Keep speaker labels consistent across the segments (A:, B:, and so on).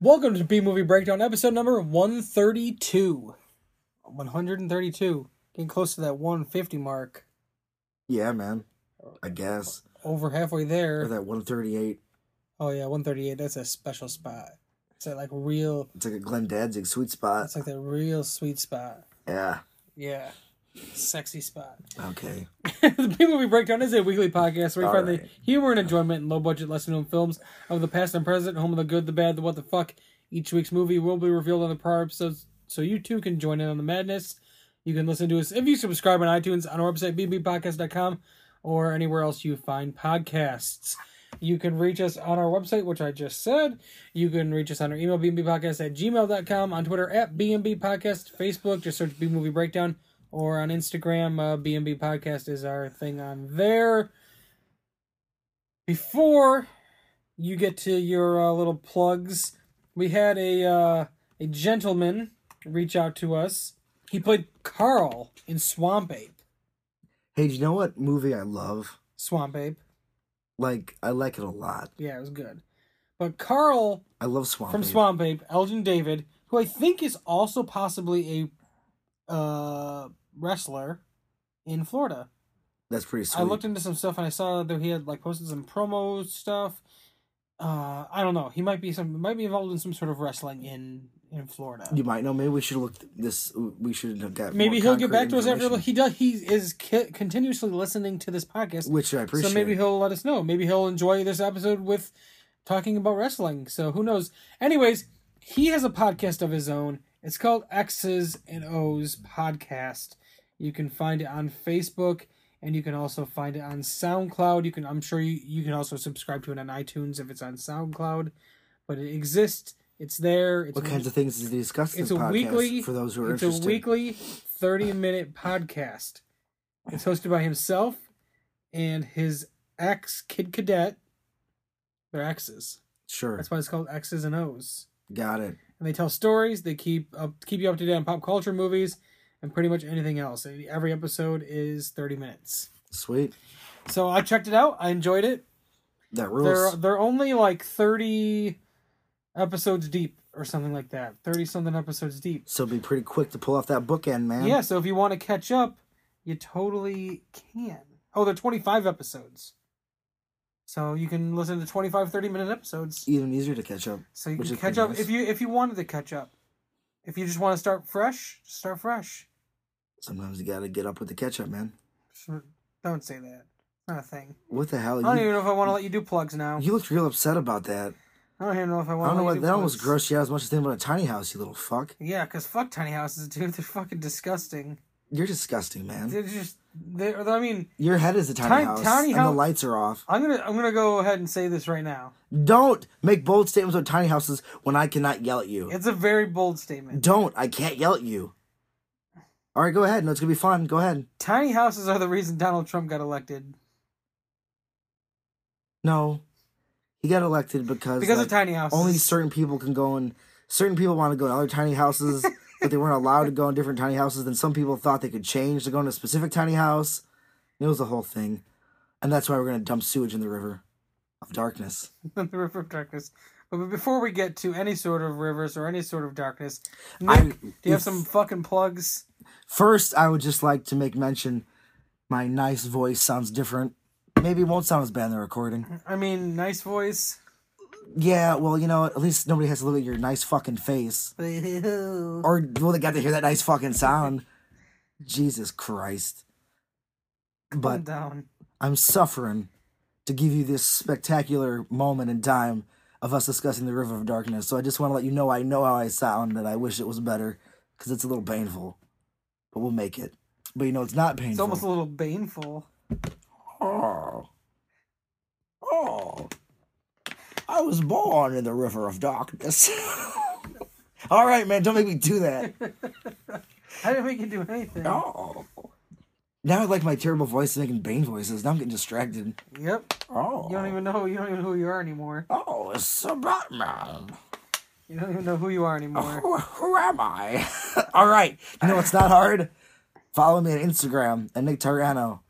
A: Welcome to B Movie Breakdown, episode number 132. 132. Getting close to that 150 mark.
B: Yeah, man. I guess.
A: Over halfway
B: Or
A: there.
B: that 138.
A: Oh, yeah, 138. That's a special spot. It's that, like, real.
B: It's like a Glenn Danzig sweet spot.
A: That's like that real sweet spot.
B: Yeah.
A: Yeah. Sexy spot.
B: Okay.
A: the B Movie Breakdown is a weekly podcast where you
B: All
A: find the
B: right.
A: humor and enjoyment in low budget, lesser known films of the past and present, home of the good, the bad, the what the fuck. Each week's movie will be revealed on the prior episodes, so you too can join in on the madness. You can listen to us if you subscribe on iTunes, on our website, bbpodcast.com, or anywhere else you find podcasts. You can reach us on our website, which I just said. You can reach us on our email, bmbpodcast at gmail.com, on Twitter at bmbpodcast, Facebook, just search B Movie Breakdown, or on Instagram, uh, BMB Podcast is our thing on there. Before you get to your uh, little plugs, we had a uh, a gentleman reach out to us. He played Carl in Swamp Ape.
B: Hey, do you know what movie I love?
A: Swamp Ape,
B: Like, I like it a lot.
A: yeah, it was good. But Carl
B: I love Swamp.
A: from
B: Ape.
A: Swamp Ape, Elgin David, who I think is also possibly a uh, wrestler in Florida.
B: That's pretty sweet.
A: I looked into some stuff and I saw that he had like posted some promo stuff. Uh, I don't know. He might be some might be involved in some sort of wrestling in in Florida.
B: You might know. Maybe we should look this. We should have got.
A: maybe he'll
B: more
A: get
B: concrete
A: back to us after
B: information,
A: he does. He is ki- continuously listening to this podcast,
B: Which I appreciate.
A: so maybe he'll let us know. Maybe he'll enjoy this episode with talking about wrestling. So who knows? Anyways, he has a podcast of his own. It's called X's and O's podcast. You can find it on Facebook and you can also find it on SoundCloud. You can I'm sure you, you can also subscribe to it on iTunes if it's on SoundCloud. But it exists. It's there. It's
B: What kinds of things does he discuss in
A: it's
B: this
A: a
B: podcast
A: weekly-
B: for those who are
A: it's
B: interested?
A: a weekly 30 minute podcast. It's hosted by himself and his ex kid cadet. They're exes.
B: Sure.
A: That's why it's called X's and O's.
B: Got it.
A: And they tell stories, they keep up keep you up to date on pop culture movies and pretty much anything else. Every episode is 30 minutes.
B: Sweet.
A: So I checked it out. I enjoyed it.
B: That
A: They're
B: rules.
A: they're only like 30 episodes deep or something like that. 30 something episodes deep.
B: So be pretty quick to pull off that bookend, man.
A: Yeah, so if you want to catch up, you totally can. Oh, they're 25 episodes. So you can listen to 25 30 minute episodes.
B: Even easier to catch up.
A: So you
B: Which
A: can
B: is
A: catch
B: pretty
A: up
B: nice.
A: if you if you wanted to catch up. If you just want to start fresh, start fresh.
B: Sometimes you gotta get up with the catch up, man.
A: Sure, Don't say that. Not a thing.
B: What the hell?
A: I don't
B: You-
A: even know if I want to let you do plugs now.
B: You looked real upset about that.
A: I don't even know if I
B: I
A: want.
B: don't know
A: to
B: why
A: let you
B: that
A: do
B: almost
A: plugs.
B: grossed you out as much as thinking about a tiny house, you little fuck.
A: Yeah, because fuck tiny houses, dude. They're fucking disgusting.
B: You're disgusting, man.
A: They're just. They're, I mean,
B: Your head is a tiny,
A: Tiny-
B: house,
A: tiny
B: and
A: hou-
B: the lights are off.
A: I'm gonna I'm gonna go ahead and say this right now.
B: Don't make bold statements about tiny houses when I cannot yell at you.
A: It's a very bold statement.
B: Don't. I can't yell at you. All right, go ahead. No, it's gonna be fun. Go ahead.
A: Tiny houses are the reason Donald Trump got elected
B: No, he got elected because
A: because
B: like,
A: of tiny houses.
B: only certain people can go in. Certain people want to go in other tiny houses, but they weren't allowed to go in different tiny houses. Then some people thought they could change to go in a specific tiny house. It was a whole thing, and that's why we're gonna dump sewage in the river of darkness.
A: the river of darkness. But before we get to any sort of rivers or any sort of darkness, Nick,
B: I-
A: do you have some fucking plugs?
B: First, I would just like to make mention. My nice voice sounds different. Maybe it won't sound as bad in the recording.
A: I mean, nice voice.
B: Yeah, well, you know, what? at least nobody has to look at your nice fucking face.
A: All
B: Or, well, they got to hear that nice fucking sound. Jesus Christ. But
A: down.
B: I'm suffering to give you this spectacular moment in time of us discussing the River of Darkness. So I just want to let you know I know how I sound and I wish it was better because it's a little painful, but we'll make it. But you know, it's not painful.
A: It's almost a little baneful.
B: oh. oh. I was born in the River of Darkness. All right, man, don't make me do that.
A: I didn't make you do anything.
B: Oh. Now I like my terrible voice making Bane voices. Now I'm getting distracted.
A: Yep.
B: Oh.
A: You don't even know. You don't even know who you are anymore.
B: Oh, it's so Batman.
A: You don't even know who you are anymore.
B: Who, who am I? All right. You know it's not hard? Follow me on Instagram at Nick Tyrano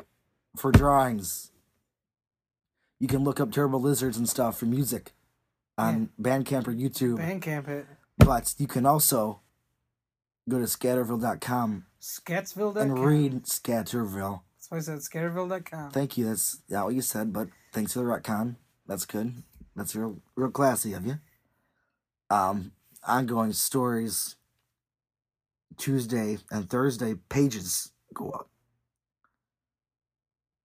B: for drawings. You can look up Terrible Lizards and stuff for music. on Bandcamp or YouTube.
A: Bandcamp it.
B: But you can also go to scatterville.com
A: Scattsville.com.
B: and read Scatterville.
A: That's why I said scatterville.com.
B: Thank you. That's not what you said, but thanks for the retcon. That's good. That's real, real classy of you. Um, ongoing stories. Tuesday and Thursday pages go up.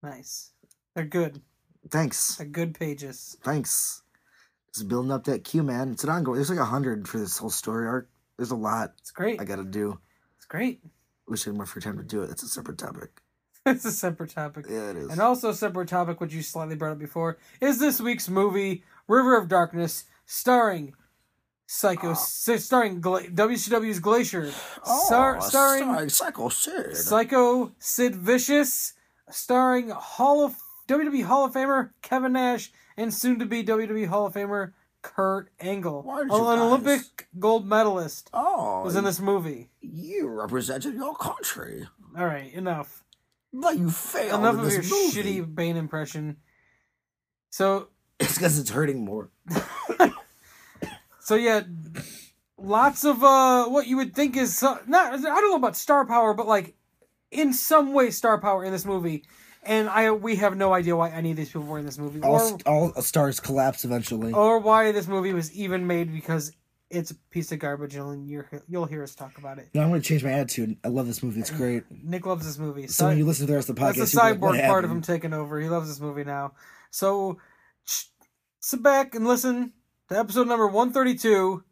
A: Nice. They're good.
B: Thanks.
A: They're good pages.
B: Thanks. Just building up that queue, man. It's an ongoing. There's like a hundred for this whole story arc. There's a lot
A: It's great.
B: I gotta do.
A: It's great.
B: Wish I had more free time to do it. That's a separate topic.
A: It's a separate topic.
B: Yeah, it is.
A: And oh, also a separate topic, which you slightly brought up before, is this week's movie River of Darkness, starring
B: Ah.
A: Psycho, si- starting Gla- WCW's Glacier,
B: Oh,
A: star- starring
B: Psycho Sid.
A: Psycho Sid Vicious, starring Hall of WWE Hall of Famer Kevin Nash and soon-to-be WWE Hall of Famer Kurt Angle,
B: Why did
A: an
B: you guys-
A: Olympic gold medalist,
B: oh,
A: was in this movie.
B: you represented your country,
A: All right, enough.
B: but you failed.
A: Enough of your shitty Bane impression. So
B: It's because it's hurting more.
A: So yeah, lots of uh, what you would think is so- not. I don't know about star power, but like in some way star power in this movie, and I we have no idea why any of these people were in this movie, or
B: All, all stars collapse eventually.
A: or why this movie was even made because it's a piece of garbage, and you're, you'll hear us talk about it.
B: Now I'm going to change my attitude. I love this movie. It's great.
A: Nick loves this movie.
B: So
A: Cy-
B: when you listen to the rest of the podcast,
A: That's the
B: you'll be like, "What
A: cyborg part of him
B: happened?"
A: taking over. He loves this movie now. So sh- sit back and listen to episode number 132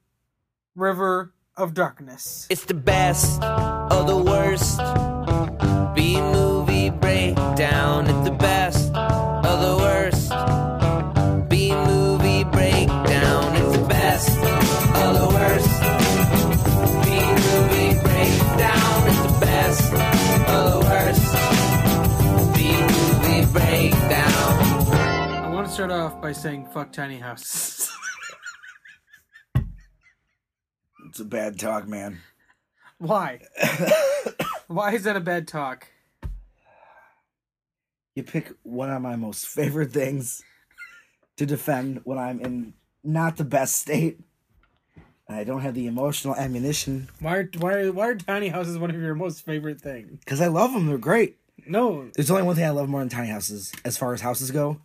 A: River of Darkness.
C: It's the best of the worst. B movie breakdown. It's the best of the worst. B movie breakdown. It's the best of the worst. B movie breakdown. It's the best of the worst. B movie breakdown.
A: I want to start off by saying fuck tiny house.
B: It's a bad talk, man.
A: Why? Why is that a bad talk?
B: You pick one of my most favorite things to defend when I'm in not the best state. And I don't have the emotional ammunition
A: Why are, why are, why are tiny houses one of your most favorite thing?
B: because I love them. They're great.
A: No,
B: There's only one thing I love more than tiny houses, as far as houses go,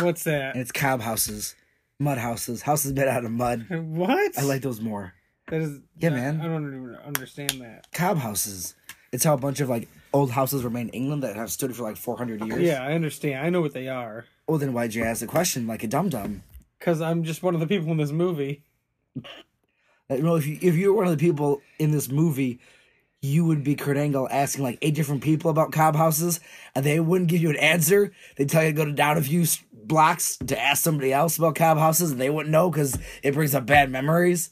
A: what's that?
B: and it's cob houses, mud houses, houses made out of mud.
A: What?
B: I like those more.
A: that is,
B: Yeah,
A: I-
B: man.
A: I don't even understand that.
B: Cob houses. It's how a bunch of like old houses were made in England that have stood for like 400 years.
A: Yeah, I understand. I know what they are
B: Well, then why'd you ask the question like a dum dum?
A: because I'm just one of the people in this movie.
B: Like, well, if you if you were one of the people in this movie, you would be Kurt Angle asking like eight different people about cob houses, and they wouldn't give you an answer. They'd tell you to go down a few s- blocks to ask somebody else about cob houses, and they wouldn't know because it brings up bad memories.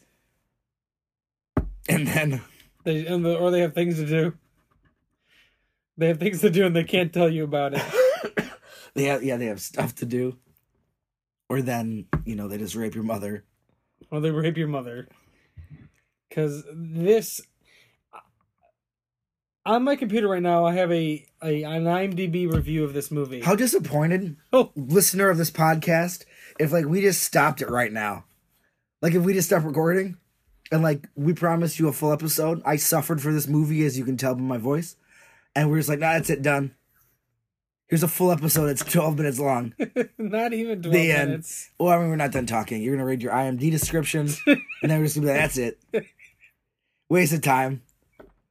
B: And then
A: They and the, or they have things to do. They have things to do and they can't tell you about it.
B: they have yeah they have stuff to do, or then you know they just rape your mother.
A: or they rape your mother. Because this, on my computer right now, I have a, a an IMDb review of this movie.
B: How disappointed,
A: Oh.
B: listener of this podcast, if like we just stopped it right now. Like if we just stopped recording and like we promised you a full episode. I suffered for this movie, as you can tell by my voice. And we're just like, nah, that's it, done. Here's a full episode. It's 12 minutes long.
A: Not even twelve
B: The end.
A: minutes.
B: Well, I mean, we're not done talking. You're going to read your IMD description. and then we're just going to be like, that's it. Waste of time.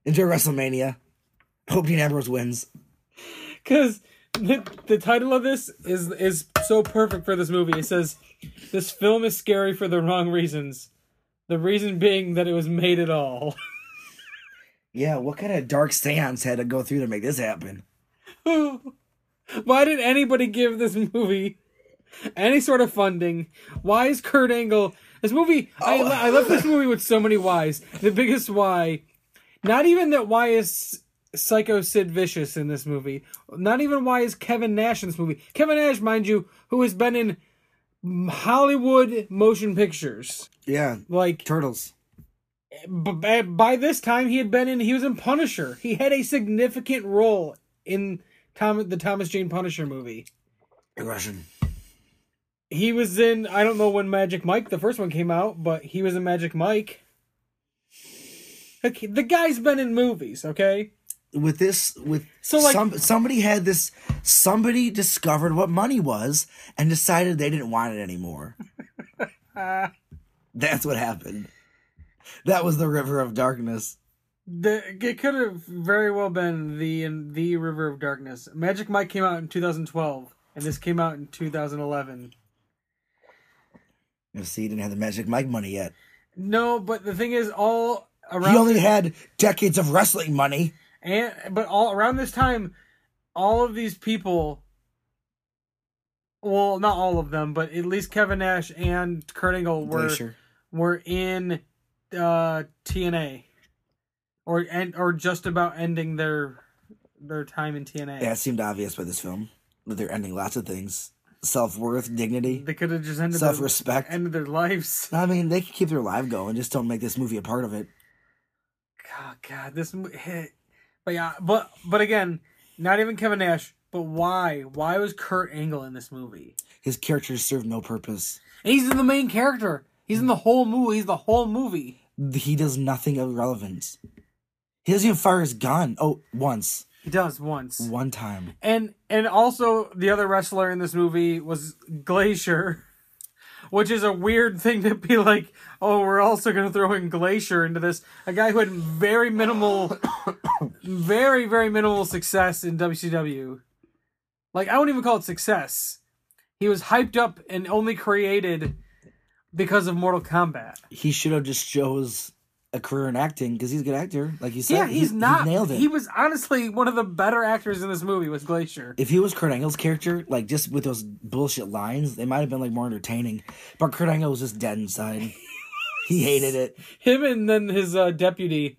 B: Enjoy WrestleMania. Hope Dean Ambrose wins.
A: Because the, the title of this is is so perfect for this movie. It says, "This film is scary for the wrong reasons." The reason being that it was made at all.
B: Yeah, what kind of dark seance had to go through to make this happen?
A: Why did anybody give this movie any sort of funding? Why is Kurt Angle this movie? I,
B: Oh.
A: I love this movie with so many whys. The biggest why, not even that why is Psycho Sid Vicious in this movie. Not even why is Kevin Nash in this movie. Kevin Nash, mind you, who has been in Hollywood motion pictures.
B: Yeah,
A: Like
B: turtles.
A: b- b- by this time he had been in he was in Punisher. He had a significant role in Tom, the Thomas Jane Punisher movie.
B: Russian.
A: He was in. I don't know when Magic Mike the first one came out, but he was in Magic Mike. Okay, the guy's been in movies. Okay,
B: with this with
A: So, like-
B: some, somebody had this somebody discovered what money was and decided they didn't want it anymore that's what happened that was the river of darkness
A: the, it could have very well been the in the River of Darkness. Magic Mike came out in 2012, and this came out in 2011.
B: you see he didn't have the magic mike money yet
A: No, but the thing is, all around
B: he only had decades of wrestling money
A: and but all around this time all of these people well not all of them but at least kevin nash and kurt angle were
B: Glacier.
A: were in uh tna or and or just about ending their their time in tna
B: yeah it seemed obvious by this film that they're ending lots of things self-worth dignity
A: they could have just ended their,
B: self-respect
A: ended their lives
B: i mean they could keep their life going just don't make this movie a part of it
A: oh god this mo- hit but yeah but but again not even kevin nash but why why was kurt angle in this movie
B: his characters serve no purpose
A: And he's the main character. He's in the whole movie. He's the whole movie.
B: he does nothing of relevance. He doesn't even fire his gun. Oh, once,
A: He does once.
B: one time.
A: And and also the other wrestler in this movie was Glacier, which is a weird thing to be like, oh, we're also going to throw in Glacier into this. A guy who had very minimal very very minimal success in WCW. Like I don't even call it success. He was hyped up and only created because of Mortal Kombat.
B: He should have just chose a career in acting because he's a good actor. Like you said,
A: Yeah,
B: he-
A: he's
B: he
A: not. He,
B: nailed it.
A: was honestly one of the better actors in this movie. Was Glacier?
B: if he was Kurt Angle's character, like just with those bullshit lines, they might have been like more entertaining. But Kurt Angle was just dead inside. he hated it.
A: Him and then his uh, deputy,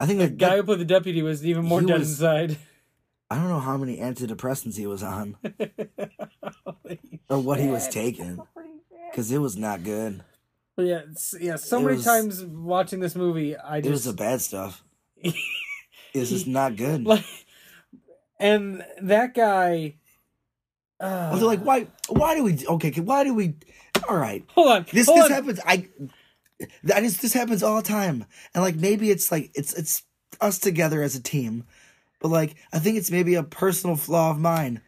B: I think that
A: guy who played the deputy, was even more
B: He
A: dead
B: was-
A: inside.
B: I don't know how many antidepressants he was on or what he was taking because it was not good.
A: But yeah, it's- yeah. So
B: It
A: many
B: was-
A: times watching this movie, I
B: It was
A: just
B: the bad stuff. It's just not good.
A: like, and that guy. Uh,
B: Well, they're like, why? Why do we? Okay, okay, why do we? All right,
A: hold on.
B: this
A: hold
B: this
A: on.
B: happens. I that is this happens all the time, and like maybe it's like it's it's us together as a team, but like I think it's maybe a personal flaw of mine.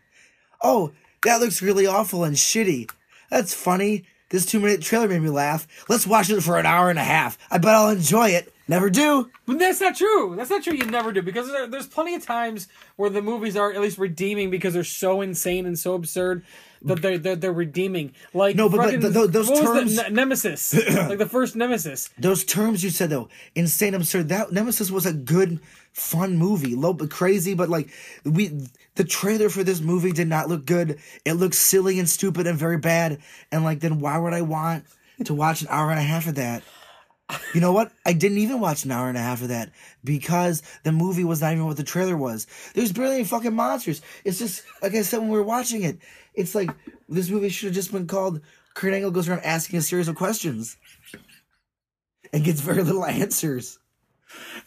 B: Oh, that looks really awful and shitty. That's funny. This two minute trailer made me laugh. Let's watch it for an hour and a half. I bet I'll enjoy it. Never do.
A: But that's not true. That's not true. You never do because there, there's plenty of times where the movies are at least redeeming because they're so insane and so absurd that they're they're, they're redeeming. Like
B: No, but- but
A: fucking-
B: th- th- those
A: what was the Ne-
B: terms-
A: Nemesis, like the first Nemesis.
B: Those terms you said though, insane, absurd. That Nemesis was a good, fun movie. Low but crazy, but like we, the trailer for this movie did not look good. It looked silly and stupid and very bad. And like, then why would I want to watch an hour and a half of that? You know what? I didn't even watch an hour and a half of that because the movie was not even what the trailer was. There's barely any fucking monsters. It's just like I said when we were watching it. It's like this movie should have just been called Kurt Angle goes around asking a series of questions and gets very little answers.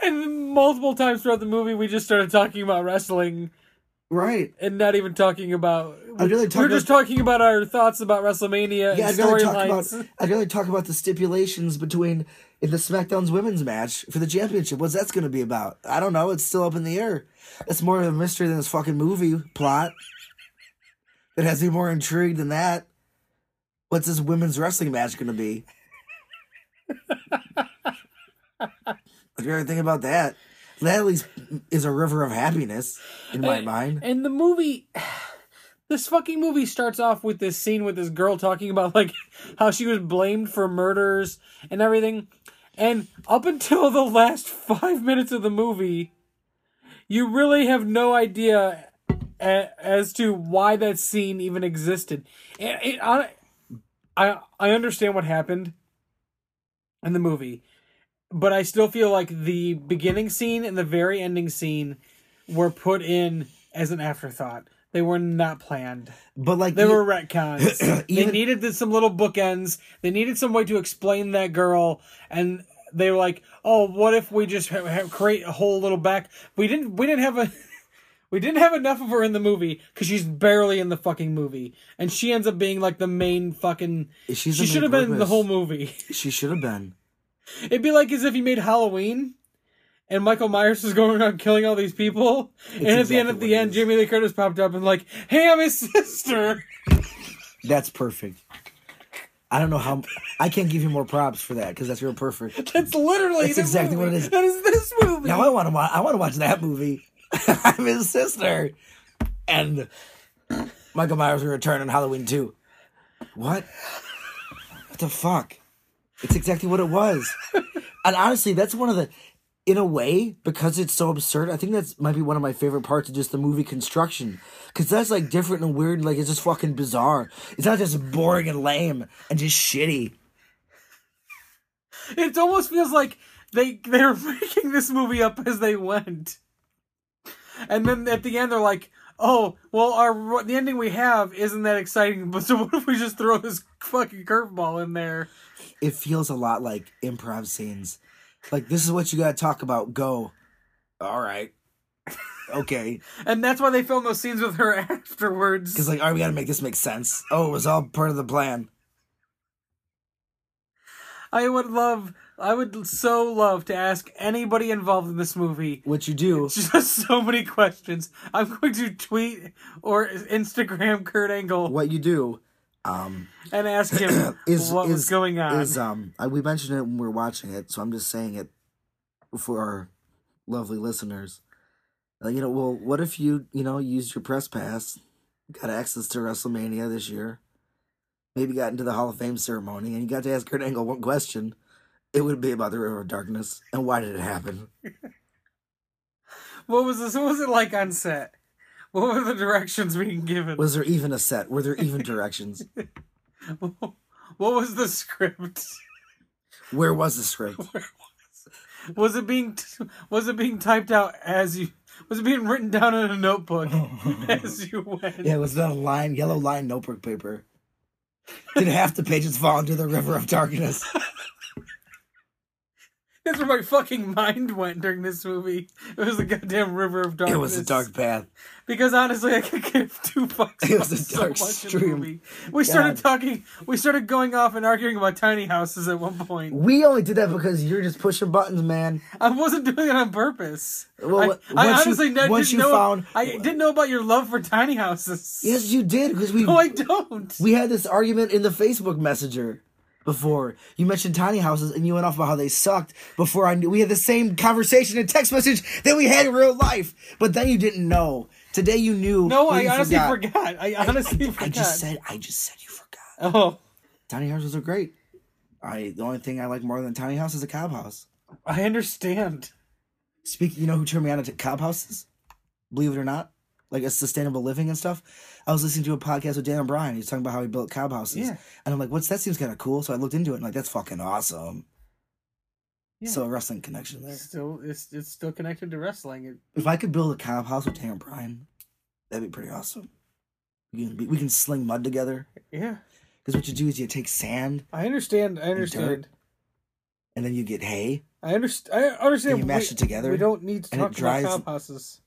A: And multiple times throughout the movie, we just started talking about wrestling
B: Right.
A: and not even talking about.
B: I'd rather
A: we
B: talk
A: were just talking about our thoughts about WrestleMania
B: Yeah,
A: and
B: I'd rather talk
A: storylines.
B: about I'd rather talk about the stipulations between in the SmackDown's women's match for the championship. What's that's gonna be about? I don't know, it's still up in the air. That's more of a mystery than this fucking movie plot. That has me more intrigued than that. What's this women's wrestling match gonna be? I'd rather think about that. That at least is a river of happiness in my mind.
A: And the movie, this fucking movie starts off with this scene with this girl talking about like how she was blamed for murders and everything. And up until the last five minutes of the movie, you really have no idea a- as to why that scene even existed. It, it, I, I, I understand what happened in the movie, but I still feel like the beginning scene and the very ending scene were put in as an afterthought. They were not planned.
B: But like
A: They
B: you-
A: were retcons. they
B: Even-
A: needed th- some little bookends. They needed some way to explain that girl, and they were like, "Oh, what if we just ha- ha- create a whole little back? We didn't. We didn't have a." We didn't have enough of her in the movie because she's barely in the fucking movie, and she ends up being like the main fucking.
B: She's
A: she should have been in the whole movie.
B: She should have been.
A: It'd be like as if he made Halloween, and Michael Myers was going around killing all these people, and at the end
B: exactly
A: of
B: what
A: the
B: it
A: end,
B: is.
A: Jamie Lee Curtis popped up and like, "Hey, I'm his sister."
B: That's perfect. I don't know how. I can't give you more props for that because that's real perfect.
A: That's literally
B: That's
A: the
B: exactly what it
A: movie.
B: is.
A: That is this movie.
B: Now I want to watch. I want to watch that movie. I'm his sister, and Michael Myers will return on Halloween too. What? What the fuck? It's exactly what it was. And honestly, that's one of the, in a way, because it's so absurd. I think that's might be one of my favorite parts of just the movie construction, because that's like different and weird. Like it's just fucking bizarre. It's not just boring and lame and just shitty.
A: It almost feels like they they're making this movie up as they went, and then at the end they're like, "Oh, well, our the ending we have isn't that exciting, but so what if we just throw this fucking curveball in there?"
B: it feels a lot like improv scenes. Like this is what you gotta talk about. Go. All right. Okay.
A: And that's why they film those scenes with her afterwards.
B: Because like, all right, we gotta make this make sense. Oh, it was all part of the plan.
A: I would love, I would so love to ask anybody involved in this movie
B: What you do?
A: just so many questions. I'm going to tweet or Instagram Kurt Angle
B: What you do? Um,
A: and ask him
B: is
A: what
B: is
A: was going on.
B: Is um, I, we mentioned it when we were watching it, so I'm just saying it for our lovely listeners. Uh, you know, well, what if you you know used your press pass, got access to WrestleMania this year, maybe got into the Hall of Fame ceremony, and you got to ask Kurt Angle one question. It would be about the River of Darkness and why did it happen?
A: what was this? What was it like on set? What were the directions being given?
B: Was there even a set? Were there even directions?
A: what was the script?
B: Where was the script?
A: Was it being t- was it being typed out as you was it being written down in a notebook as you went?
B: Yeah, it was not a line, yellow line notebook paper. Did half the pages fall into the River of Darkness?
A: That's where my fucking mind went during this movie. It was the goddamn river of darkness.
B: It was a dark path.
A: Because honestly, I could give two fucks.
B: It was
A: about
B: a dark
A: so much In
B: stream.
A: the movie. We started
B: God.
A: talking. We started going off and arguing about tiny houses at one point.
B: We only did that because you're just pushing buttons, man.
A: I wasn't doing it on purpose.
B: Well,
A: I,
B: what-
A: I
B: once you-
A: honestly ne-
B: once
A: didn't
B: you
A: know.
B: found-
A: I didn't know about your love for tiny houses.
B: Yes, you did because we
A: No, I don't.
B: we had this argument in the Facebook Messenger before. You mentioned tiny houses and you went off about how they sucked. Before I knew, we had the same conversation in text message that we had in real life, but then you didn't know. Today you knew.
A: No,
B: but
A: I
B: you
A: honestly forgot. I honestly forgot.
B: I just said. I just said you forgot.
A: Oh,
B: Tiny houses are great. I the only thing I like more than tiny house is a cob house.
A: I understand.
B: Speak. You know who turned me on to cob houses? Believe it or not, like a sustainable living and stuff. I was listening to a podcast with Dan O'Brien. He was talking about how he built cob houses,
A: Yeah.
B: and I'm like, "What's that? Seems kind of cool." So I looked into it, and like, that's fucking awesome.
A: Yeah.
B: So a wrestling connection there.
A: Still, it's it's still connected to wrestling. It,
B: If I could build a cob house with Dan O'Brien, that'd be pretty awesome. We can, be, we can sling mud together.
A: yeah,
B: Because what you do is you take sand
A: I understand. I understand.
B: and then you get hay.
A: I understand. I understand.
B: And you mash
A: we-
B: it together,
A: We don't need to
B: and it
A: talk
B: dries-
A: about cop houses.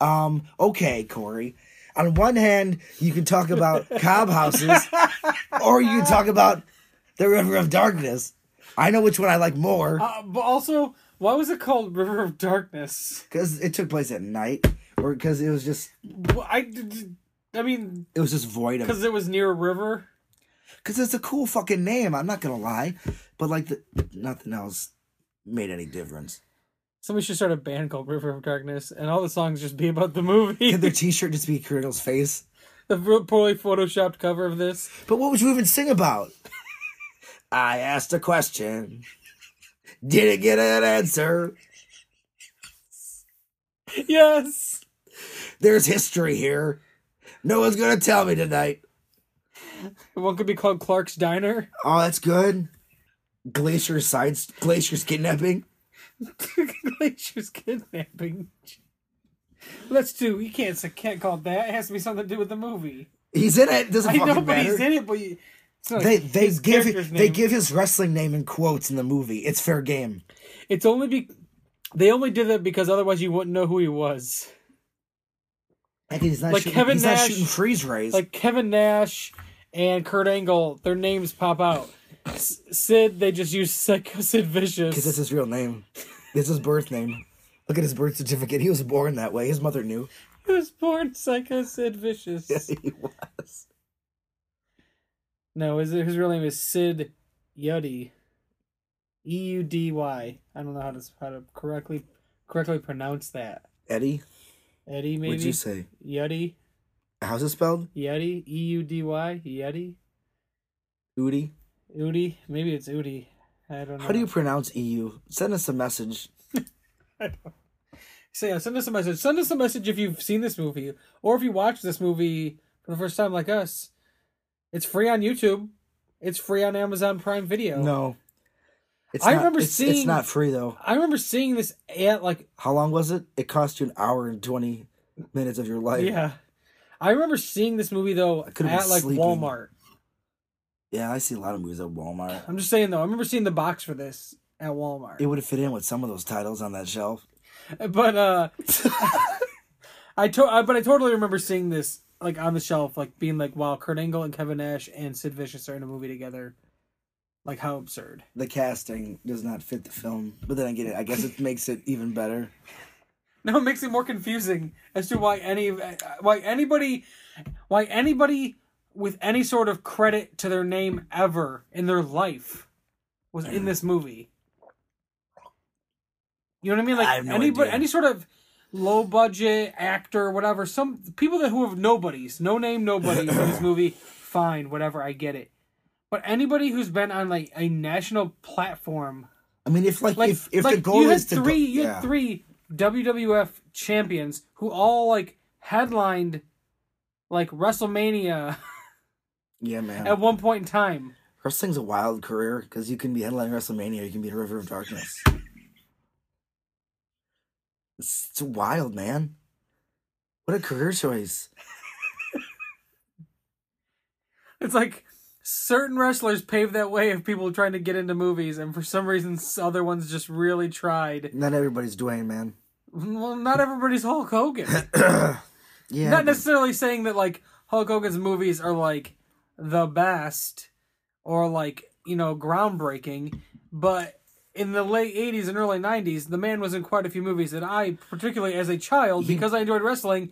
B: Um, okay, Corey. On one hand, you can talk about cob houses, or you can talk about the River of Darkness. I know which one I like more
A: Uh, but also, why was it called River of Darkness?
B: because it took place at night, or because it was just
A: Well, I, d- d- I mean,
B: it was just void of.
A: because it was near a river.
B: Because it's a cool fucking name. I'm not gonna lie, but like the, nothing else made any difference.
A: Somebody should start a band called River of Darkness, and all the songs just be about the movie.
B: Could their T-shirt just be Kirill's face?
A: the real poorly photoshopped cover of this.
B: But what would you even sing about? I asked a question. Didn't get an answer.
A: Yes,
B: There's history here. No one's gonna tell me tonight.
A: one could be called Clark's Diner.
B: Oh, that's good. Glacier sides, glaciers kidnapping.
A: Glacier's kidnapping. Let's do. You can't say- can't call it that. It has to be something to do with the movie.
B: He's in it. Doesn't
A: I
B: fucking
A: know, but
B: matter.
A: he's in it. But you, it's not
B: They they
A: his
B: give
A: character's
B: they
A: name.
B: give his wrestling name in quotes in the movie. It's fair game.
A: It's only be they only did that because otherwise you wouldn't know who he was.
B: Heck, he's not
A: Like
B: shooting,
A: Kevin
B: he's
A: Nash-
B: not shooting freeze rays.
A: like Kevin Nash and Kurt Angle, their names pop out. S- Sid, they just use Psycho Sid
B: Because that's
A: Vicious.
B: his real name. It's his birth name. Look at his birth certificate. He was born that way. His mother knew.
A: He was born Psycho Sid Vicious.
B: Yes, he was.
A: No, his, his real name is Sid Yuddy. E U D Y. I don't know how to how to correctly correctly pronounce that.
B: Eddie,
A: Eddie maybe.
B: what'd you say?
A: Yuddy.
B: How's it spelled?
A: Yeti. E U D Y. Yeti.
B: Udi?
A: Udi. Maybe it's Udi. I don't know.
B: How do you pronounce EU? Send us a message.
A: So yeah, send us a message. Send us a message if you've seen this movie or if you watched this movie for the first time, like us. It's free on YouTube. It's free on Amazon Prime Video.
B: No. It's
A: I
B: not-
A: remember
B: it's, It's
A: seeing-
B: not free, though.
A: I remember seeing this at like
B: How long was it? It cost you an hour and 20 minutes of your life.
A: yeah. I remember seeing this movie though
B: I
A: at
B: could've been
A: like
B: sleeping.
A: Walmart.
B: Yeah, I see a lot of movies at Walmart.
A: I'm just saying though. I remember seeing the box for this at Walmart.
B: It would have fit in with some of those titles on that shelf.
A: but uh I to I, but I totally remember seeing this like on the shelf, like being like, wow, Kurt Angle and Kevin Nash and Sid Vicious are in a movie together. Like how absurd.
B: The casting does not fit the film, but then I get it. I guess it makes it even better.
A: No, it makes it more confusing as to why any why anybody why anybody with any sort of credit to their name ever in their life was in this movie. You know what I mean? Like
B: I have no
A: anybody,
B: idea.
A: any sort of low budget actor, whatever. Some people that who have nobodies, no name, nobody in this movie. Fine, whatever. I get it. But anybody who's been on like a national platform
B: I mean, if like,
A: like
B: if if
A: like
B: the goal
A: you had
B: is to go-
A: three you
B: Yeah.
A: had three WWF champions who all like headlined like WrestleMania
B: Yeah, man.
A: at one point in time.
B: Wrestling's a wild career because you can be headlining WrestleMania, you can be in River of Darkness. It's, it's wild, man. What a career choice.
A: It's like certain wrestlers paved that way of people trying to get into movies, and for some reason, s- other ones just really tried.
B: Not everybody's Dwayne, man.
A: Well, not everybody's Hulk Hogan.
B: Yeah.
A: not
B: but-
A: necessarily saying that like Hulk Hogan's movies are like the best or like you know groundbreaking, but in the late '80s and early '90s, the man was in quite a few movies that I, particularly as a child, because I enjoyed wrestling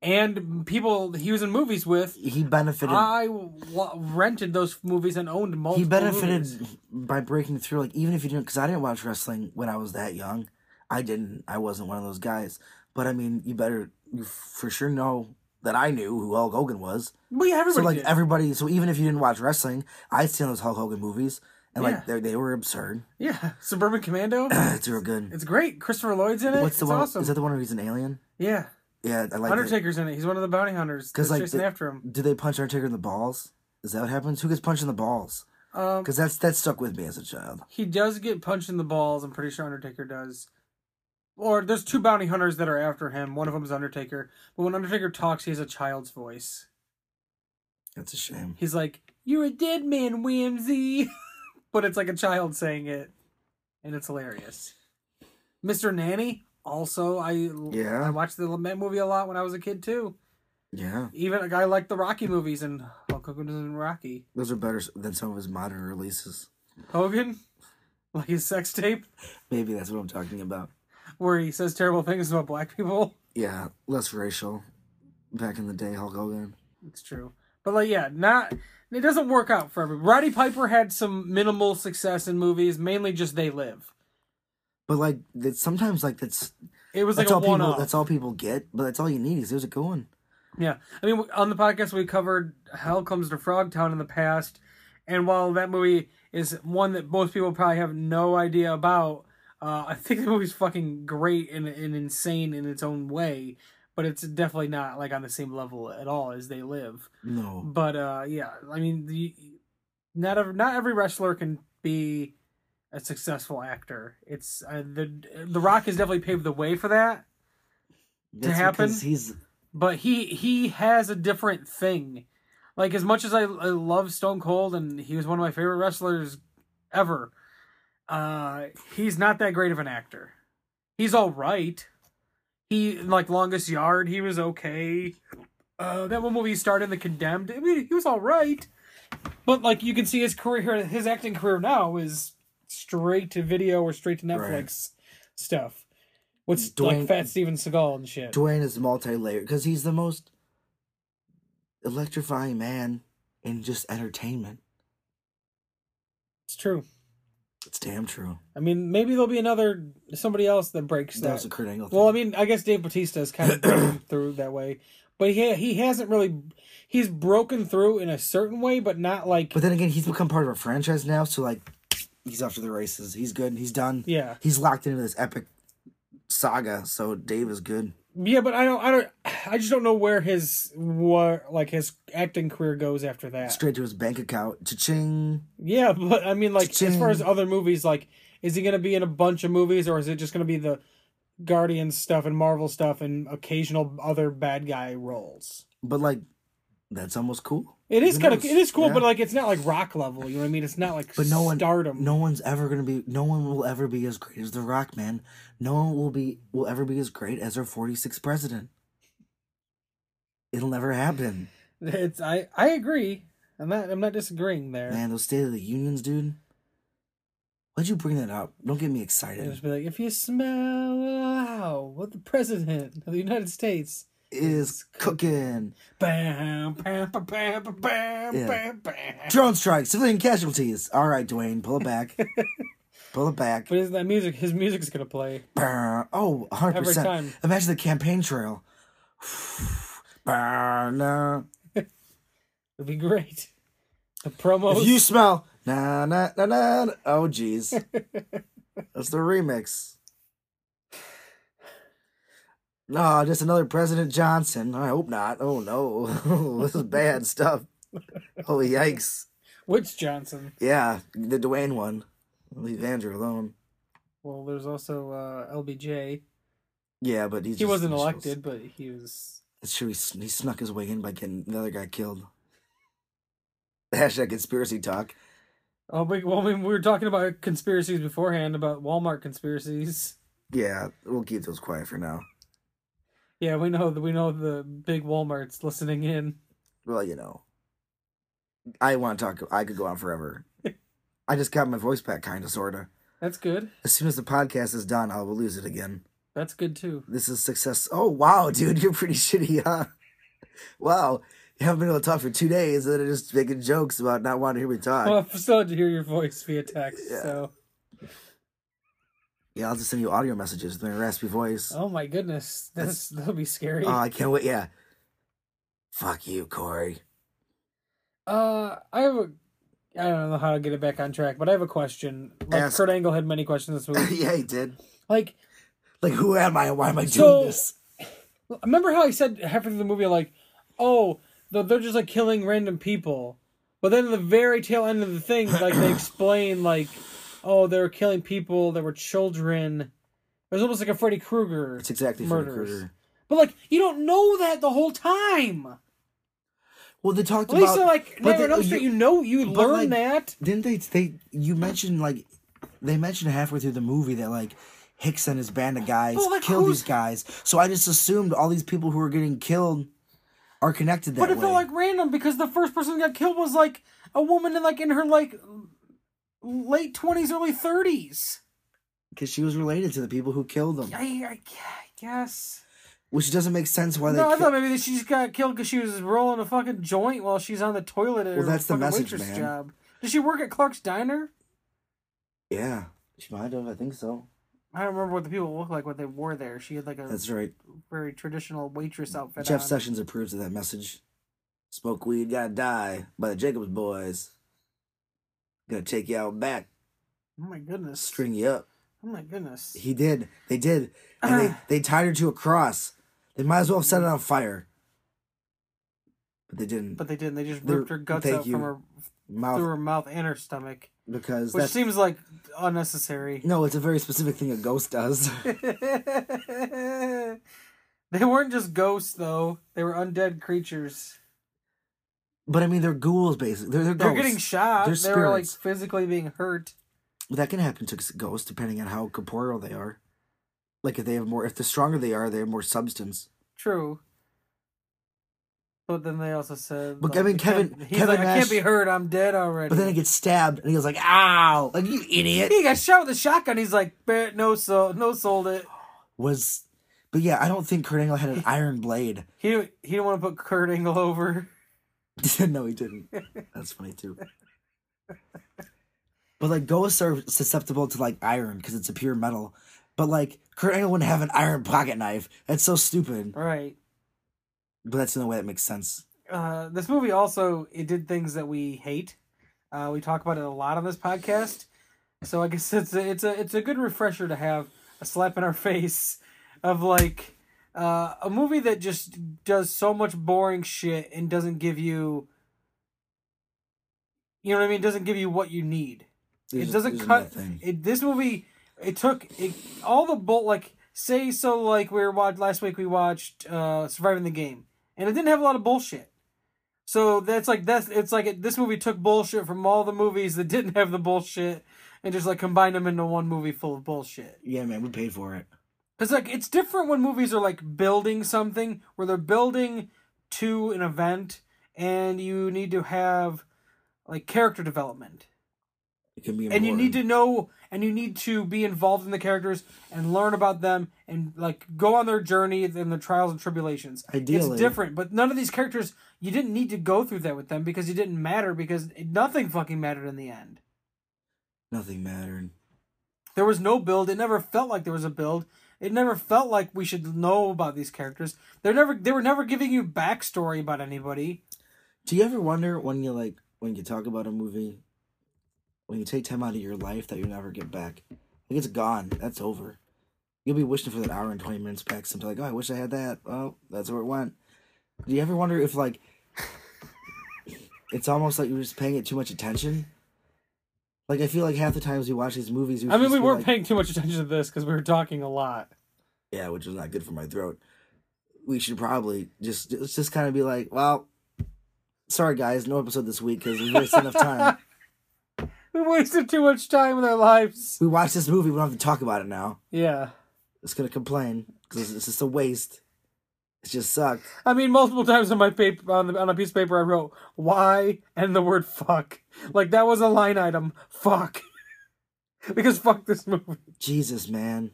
A: and people he was in movies with,
B: he benefited.
A: I w- rented those movies and owned multiple.
B: he benefited
A: movies.
B: by breaking through. Like even if you didn't, because I didn't watch wrestling when I was that young. I didn't. I wasn't one of those guys. But I mean, you better you for sure know that I knew who Hulk Hogan was.
A: Well, yeah,
B: So
A: everybody
B: like
A: did.
B: everybody, so even if you didn't watch wrestling, I'd seen those Hulk Hogan movies, and
A: Yeah.
B: like they they were absurd.
A: yeah, Suburban Commando.
B: it's real good.
A: It's great. Christopher Lloyd's in it.
B: What's the
A: it's
B: one?
A: awesome.
B: Is that the one where he's an alien?
A: yeah.
B: Yeah, I like. it.
A: Undertaker's in it. He's one of the bounty hunters.
B: 'Cause,
A: Because
B: like,
A: chasing
B: the-
A: after him.
B: Do they punch Undertaker in the balls? Is that what happens? Who gets punched in the balls?
A: Um,
B: Because that's that stuck with me as a child.
A: he does get punched in the balls. I'm pretty sure Undertaker does. Or there's two bounty hunters that are after him. One of them is Undertaker. But when Undertaker talks, he has a child's voice.
B: That's a shame.
A: He's like, "You're a dead man, Whimsy," but it's like a child saying it, and it's hilarious. Mr. Nanny. Also, I
B: Yeah.
A: I watched the Lament movie a lot when I was a kid too.
B: Yeah,
A: Even a guy liked the Rocky movies, and Hulk Hogan was in Rocky.
B: those are better than some of his modern releases.
A: Hogan, like his sex tape.
B: Maybe that's what I'm talking about.
A: where he says terrible things about black people.
B: Yeah, less racial. Back in the day, Hulk Hogan.
A: It's true. But like yeah, not it doesn't work out for everybody. Roddy Piper had some minimal success in movies, mainly just They Live.
B: But like, that sometimes like that's
A: It was like
B: that's
A: a
B: all
A: one
B: people
A: off.
B: that's all people get. But that's all you need is there's a good one.
A: Yeah. I mean, on the podcast, we covered Hell Comes to Frogtown in the past. And while that movie is one that most people probably have no idea about, uh, I think the movie's fucking great and, and insane in its own way. But it's definitely not like on the same level at all as They Live.
B: No,
A: But uh, yeah, I mean, the, not every, not every wrestler can be a successful actor. It's uh, the The Rock has definitely paved the way for that,
B: that's
A: happen?
B: because he's
A: but he he has a different thing. Like as much as I, I love Stone Cold and he was one of my favorite wrestlers ever, uh, he's not that great of an actor. He's all right. He like Longest Yard. He was okay. Uh, that one movie he starred in, The Condemned. I mean, he was all right. But like you can see his career, his acting career now is straight to video or straight to Netflix stuff. What's
B: Dwayne-
A: like Fat Steven Seagal and shit.
B: Dwayne is multi-layered because he's the most electrifying man in just entertainment.
A: It's true.
B: It's damn true.
A: I mean, maybe there'll be another somebody else that breaks
B: That
A: that.
B: was a Kurt Angle.
A: well, I
B: thing.
A: mean, I guess Dave Batista is kind of breaking through that way, but he he hasn't really. He's broken through in a certain way, but not like
B: but then again, he's become part of a franchise now, so like, he's off to the races. He's good. He's done.
A: yeah,
B: He's locked into this epic saga. So Dave is good.
A: yeah. But I don't, I don't, I just don't know where his what like his acting career goes after that.
B: Straight to his bank account. Cha-ching.
A: Yeah, but I mean, like as far as
B: Cha-ching.
A: other movies, like is he gonna be in a bunch of movies, or is it just gonna be the Guardians stuff and Marvel stuff and occasional other bad guy roles?
B: But like, that's almost cool.
A: It is
B: Who
A: kind of
B: knows?
A: it is cool,
B: Yeah.
A: but like it's not like rock level. You know what I mean? It's not like
B: But no one,
A: stardom.
B: no one's ever gonna be, no one will ever be as great as The Rock, man. No one will be, will ever be as great as our 46th president. It'll never happen,
A: It's I I agree. I'm not I'm not disagreeing there.
B: man. Those State of the Unions, dude. Why'd you bring that up? Don't get me
A: It'll Just
B: excited.
A: be like if you smell what the president of the United States.
B: Is cooking
A: Bam, bam, bam, bam, bam, bam,
B: Yeah.
A: bam, bam.
B: drone strikes, civilian casualties. All right, Dwayne, pull it back. pull it back.
A: But isn't that music? His music's gonna play.
B: Brr. Oh, 100%.
A: Every time.
B: Imagine the campaign trail. Brr, nah.
A: It'd be great. The promos.
B: If you smell na na na na, na- oh jeez, that's the remix. No, just another President Johnson. I hope not. Oh no, this is bad stuff. Holy yikes!
A: Which Johnson?
B: Yeah, the Dwayne one. Leave Andrew alone.
A: Well, there's also uh, LBJ.
B: Yeah, but he's
A: He
B: just
A: wasn't
B: initials.
A: elected, but he was.
B: Sure, he, sn- he snuck his way in by getting the other guy killed. Hashtag conspiracy talk.
A: Oh, we, well, we we were talking about conspiracies beforehand about Walmart conspiracies.
B: Yeah, we'll keep those quiet for now.
A: Yeah, we know that we know the big Walmart's listening in.
B: well, you know, I want to talk. I could go on forever. I just got my voice back, kind of, sorta.
A: That's good.
B: As soon as the podcast is done, I will lose it again.
A: That's good too.
B: This is success. Oh wow, dude, you're pretty shitty, huh? Wow, you haven't been able to talk for two days, and then they're just making jokes about not wanting to hear me talk.
A: Well, I'm still had to hear your voice via text.
B: Yeah.
A: So,
B: yeah, I'll just send you audio messages with my raspy voice.
A: oh my goodness, that's that'll be scary.
B: Oh,
A: Uh,
B: I can't wait. Yeah, fuck you, Corey.
A: Uh, I have a, I don't know how to get it back on track, but I have a question. Like
B: Ask.
A: Kurt Angle had many questions this week.
B: yeah, he did.
A: like,
B: Like, who am I? and Why am I doing
A: So-
B: this?
A: remember how I said halfway through the movie, like, oh, the- they're just like killing random people, but then at the very tail end of the thing, like they explain, like, oh, they were killing people, they were children. It was almost like a Freddy Krueger.
B: It's exactly for the
A: Murders.
B: Krueger.
A: But like you don't know that the whole time.
B: Well, they talked
A: At least
B: about
A: like
B: but
A: Nightmare on
B: they-
A: Elm Street, you know you
B: but,
A: learn
B: like,
A: that.
B: Didn't they? They you mentioned like they mentioned halfway through the movie that like Hicks and his band of guys
A: Well, like,
B: killed
A: who's-
B: these guys. So I just assumed all these people who are getting killed are connected that
A: But it
B: way.
A: felt like random because the first person who got killed was like a woman in like in her like late twenties, early thirties.
B: because she was related to the people who killed them,
A: I, I, I guess.
B: which doesn't make sense why they.
A: No, I
B: ki-
A: thought maybe that she just got killed because she was rolling a fucking joint while she's on the toilet at
B: Well,
A: her
B: that's the
A: fucking
B: message,
A: waitress
B: man.
A: job. Did she work at Clark's Diner?
B: yeah, she might have. I think so.
A: I don't remember what the people looked like, what they wore there. She had like a
B: That's right.
A: very traditional waitress outfit.
B: Jeff
A: on.
B: Sessions approves of that message. Smoke weed, gotta die by the Jacobs Boys. Gonna take you out back,
A: oh my goodness.
B: string you up.
A: Oh my goodness.
B: He did. They did. And
A: Uh-huh.
B: they, they tied her to a cross. They might as well have set it on fire. But they didn't.
A: But they didn't. They just
B: They're-
A: ripped her guts
B: thank
A: out
B: you.
A: from her
B: Mouth,
A: through her mouth and her stomach,
B: because
A: which
B: that's.
A: seems like unnecessary.
B: no, it's a very specific thing a ghost does.
A: they weren't just ghosts though; they were undead creatures.
B: but I mean, they're ghouls, basically. They're, they're
A: They're
B: ghosts.
A: getting shot.
B: They're
A: they were like
B: spirits.
A: physically being hurt.
B: That can happen to ghosts, depending on how corporeal they are. Like if they have more, if the stronger they are, they have more substance.
A: True. But then they also said,
B: But I mean,
A: I can't-
B: Kevin-
A: he's
B: Kevin
A: like, I
B: Nash-
A: can't be hurt. I'm dead already.
B: But then he gets stabbed, and he goes like, "Ow!" Like you idiot.
A: he got shot with a shotgun. He's like, "Bah, no, so no, sold it.
B: Was, but yeah, I don't think Kurt Angle had an iron blade.
A: He he didn't want to put Kurt Angle over.
B: no, he didn't. That's funny too. But like ghosts are susceptible to like iron because it's a pure metal. But like Kurt Angle wouldn't have an iron pocket knife. That's so stupid.
A: Right.
B: But that's the only way that makes sense.
A: Uh, this movie also it did things that we hate. Uh, we talk about it a lot on this podcast, so I guess it's a, it's a it's a good refresher to have a slap in our face of like uh, a movie that just does so much boring shit and doesn't give you you know what I mean doesn't give you what you need.
B: There's-
A: it doesn't
B: there's
A: cut
B: nothing.
A: it, this movie it took it, all the bolt like say so like we were watched last week we watched uh surviving the game and it didn't have a lot of bullshit so that's like that's it's like it, this movie took bullshit from all the movies that didn't have the bullshit and just like combined them into one movie full of bullshit
B: Yeah, man, we paid for it.
A: because like it's different when movies are like building something where they're building to an event and you need to have like character development
B: It can be.
A: and you
B: important.
A: need to know and you need to be involved in the characters and learn about them and like go on their journey and their trials and tribulations
B: Ideally.
A: it's different but none of these characters you didn't need to go through that with them because it didn't matter because nothing fucking mattered in the end
B: Nothing mattered.
A: there was no build it never felt like there was a build it never felt like we should know about these characters they're never they were never giving you backstory about anybody
B: Do you ever wonder when you like when you talk about a movie, when you take time out of your life that you'll never get back? Like it's gone. That's over. You'll be wishing for that hour and twenty minutes back. Something like, oh, I wish I had that. Oh, that's where it went. Do you ever wonder if like it's almost like you're just paying it too much attention? Like I feel like half the times we watch these movies,
A: i mean
B: just
A: we
B: feel
A: weren't
B: like-
A: paying too much attention to this because we were talking a lot
B: yeah, which is not good for my throat. We should probably just let's just kind of be like, well, sorry guys, no episode this week because we wasted enough time.
A: we wasted too much time with our lives
B: We watched this movie. We don't have to talk about it now.
A: yeah
B: It's gonna complain because it's just a waste. It just sucked.
A: I mean, multiple times on my paper, on, the, on a piece of paper, I wrote "why" and the word "fuck." Like that was a line item. Fuck, because fuck this movie.
B: Jesus, man.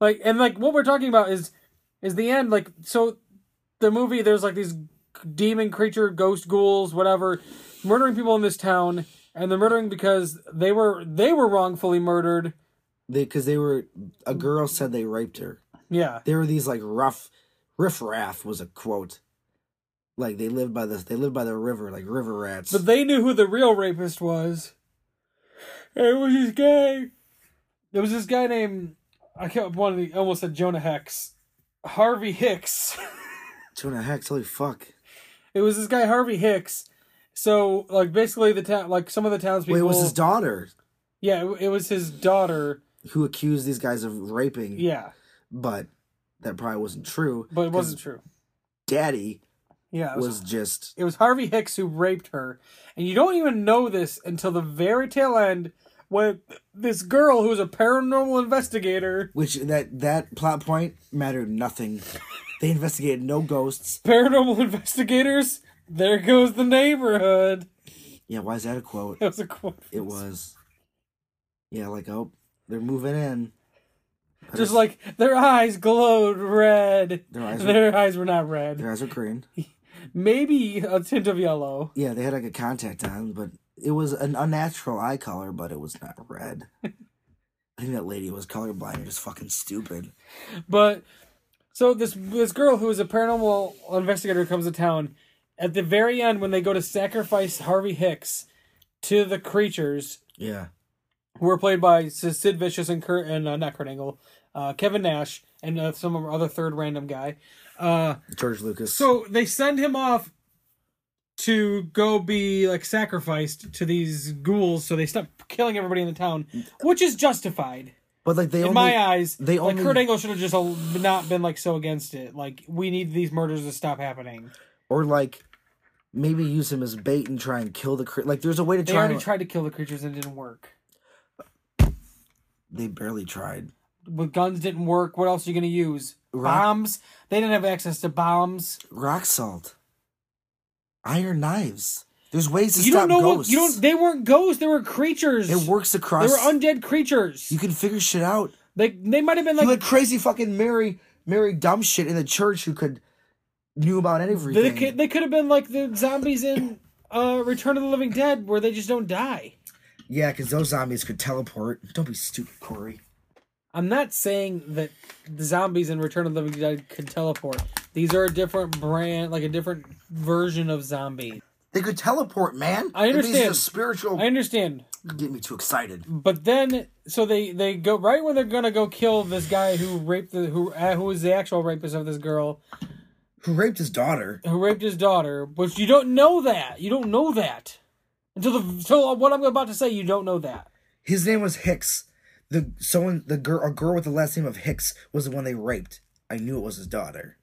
A: Like, and like what we're talking about is is the end. Like, so the movie, there's like these demon creature, ghost ghouls, whatever, murdering people in this town, and they're murdering because they were they were wrongfully murdered.
B: Because they, were a girl said they raped her.
A: Yeah,
B: They were these like rough riffraff was a quote. Like they lived by the they lived by the river like river rats.
A: But they knew who the real rapist was. And It was this guy. It was this guy named I can't one of the I almost said Jonah Hex, Harvey Hicks.
B: Jonah Hex, holy fuck.
A: It was this guy Harvey Hicks. So like basically the town, like some of the townspeople.
B: Wait, it was his daughter
A: yeah, it, it was his daughter.
B: who accused these guys of raping.
A: Yeah,
B: But that probably wasn't true.
A: but it
B: 'cause
A: wasn't true.
B: Daddy
A: Yeah, it was,
B: was just
A: it was Harvey Hicks who raped her, and you don't even know this until the very tail end when this girl who's a paranormal investigator
B: which that that plot point mattered nothing. they investigated no ghosts.
A: paranormal investigators. There goes the neighborhood.
B: Yeah, why is that a quote?
A: That was a quote.
B: It was. Yeah, like oh, they're moving in.
A: just like their eyes glowed red.
B: Their eyes were-
A: Their eyes were not red.
B: Their eyes are green.
A: Maybe a tint of yellow.
B: Yeah, they had like a contact on, but it was an unnatural eye color, but it was not red. I think that lady was colorblind and just fucking stupid.
A: But so this this girl who is a paranormal investigator comes to town. At the very end, when they go to sacrifice Harvey Hicks to the creatures,
B: Yeah.
A: who were played by S- Sid Vicious and Kurt and uh, not Kurt Angle, uh, Kevin Nash, and uh, some other third random guy. Uh,
B: George Lucas.
A: So they send him off to go be like sacrificed to these ghouls, so they stop killing everybody in the town, which is justified
B: but like they
A: in
B: only
A: my eyes.
B: they
A: like
B: only-
A: Kurt Angle should have just al- not been like so against it. Like we need these murders to stop happening.
B: or like maybe use him as bait and try and kill the cre- like there's a way to
A: They
B: try
A: already
B: and-
A: tried to kill the creatures and it didn't work.
B: they barely tried
A: But guns didn't work. What else are you going to use?
B: Rock-
A: Bombs. They didn't have access to bombs.
B: Rock salt. Iron knives. There's ways to
A: you don't
B: stop
A: know what
B: ghosts.
A: you don't. They weren't ghosts. They were creatures.
B: it works
A: They
B: across.
A: were undead creatures.
B: you can figure shit out.
A: Like they might have been
B: You
A: like,
B: had crazy fucking Mary, Mary dumb shit in the church who could knew about everything.
A: they could they could have been like the zombies in uh Return of the Living Dead where they just don't die.
B: yeah, because those zombies could teleport. Don't be stupid, Corey.
A: I'm not saying that the zombies in Return of the Living Dead could teleport. These are a different brand, like a different version of zombie.
B: They could teleport, man.
A: I
B: That means
A: understand.
B: it's a spiritual.
A: I understand,
B: Get me too excited.
A: but then so they they go right when they're gonna go kill this guy who raped the who uh, who was the actual rapist of this girl
B: Who raped his daughter?
A: who raped his daughter, but you don't know that. You don't know that until the until what I'm about to say. You don't know that.
B: His name was Hicks. The someone the girl a girl with the last name of Hicks was the one they raped. I knew it was his daughter.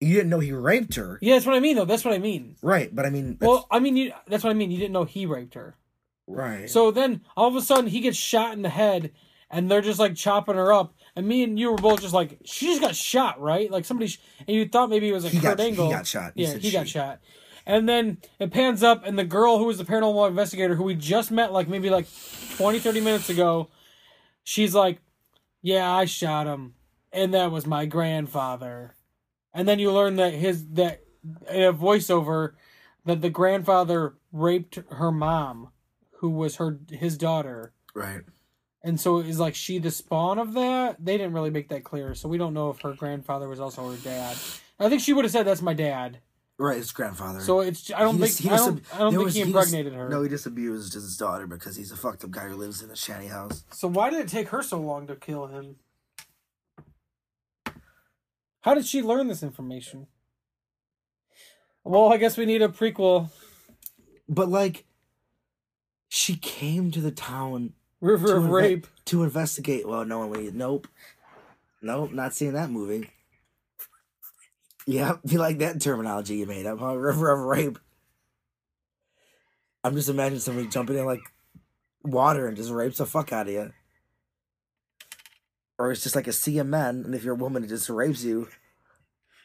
B: You didn't know he raped her.
A: Yeah, that's what I mean, though. That's what I mean.
B: Right, but I mean that's-
A: Well, I mean, you, that's what I mean. You didn't know he raped her.
B: right.
A: So then all of a sudden he gets shot in the head and they're just like chopping her up. And me and you were both just like, she just got shot, right? Like somebody, sh- and you thought maybe it was like
B: He got-
A: Kurt Angle.
B: he got shot. You
A: Yeah,
B: said
A: he got
B: she.
A: shot. And then it pans up and the girl who was the paranormal investigator who we just met like maybe like 20, 30 minutes ago, she's like, yeah, I shot him. And that was my grandfather. And then you learn that his, that in a voiceover, that the grandfather raped her mom who was her his daughter.
B: right.
A: And so is like she the spawn of that? They didn't really make that clear, so we don't know if her grandfather was also her dad. I think she would have said that's my dad.
B: Right, his grandfather.
A: So it's I don't
B: He
A: think
B: just- he
A: I
B: just
A: don't,
B: ab-
A: I don't
B: there
A: think
B: was-
A: he
B: just-
A: impregnated her.
B: No, he just abused his daughter because he's a fucked up guy who lives in a shanty house.
A: So why did it take her so long to kill him? How did she learn this information? Well, I guess we need a prequel.
B: But like, she came to the town
A: River of
B: inve-
A: Rape.
B: to investigate. Well, no one. we- Nope, nope. Not seeing that movie. Yeah, you like that terminology you made up, huh? River of rape. I'm just imagining somebody jumping in like water and just rapes the fuck out of you. Or it's just like a sea of men, and if you're a woman, it just rapes you.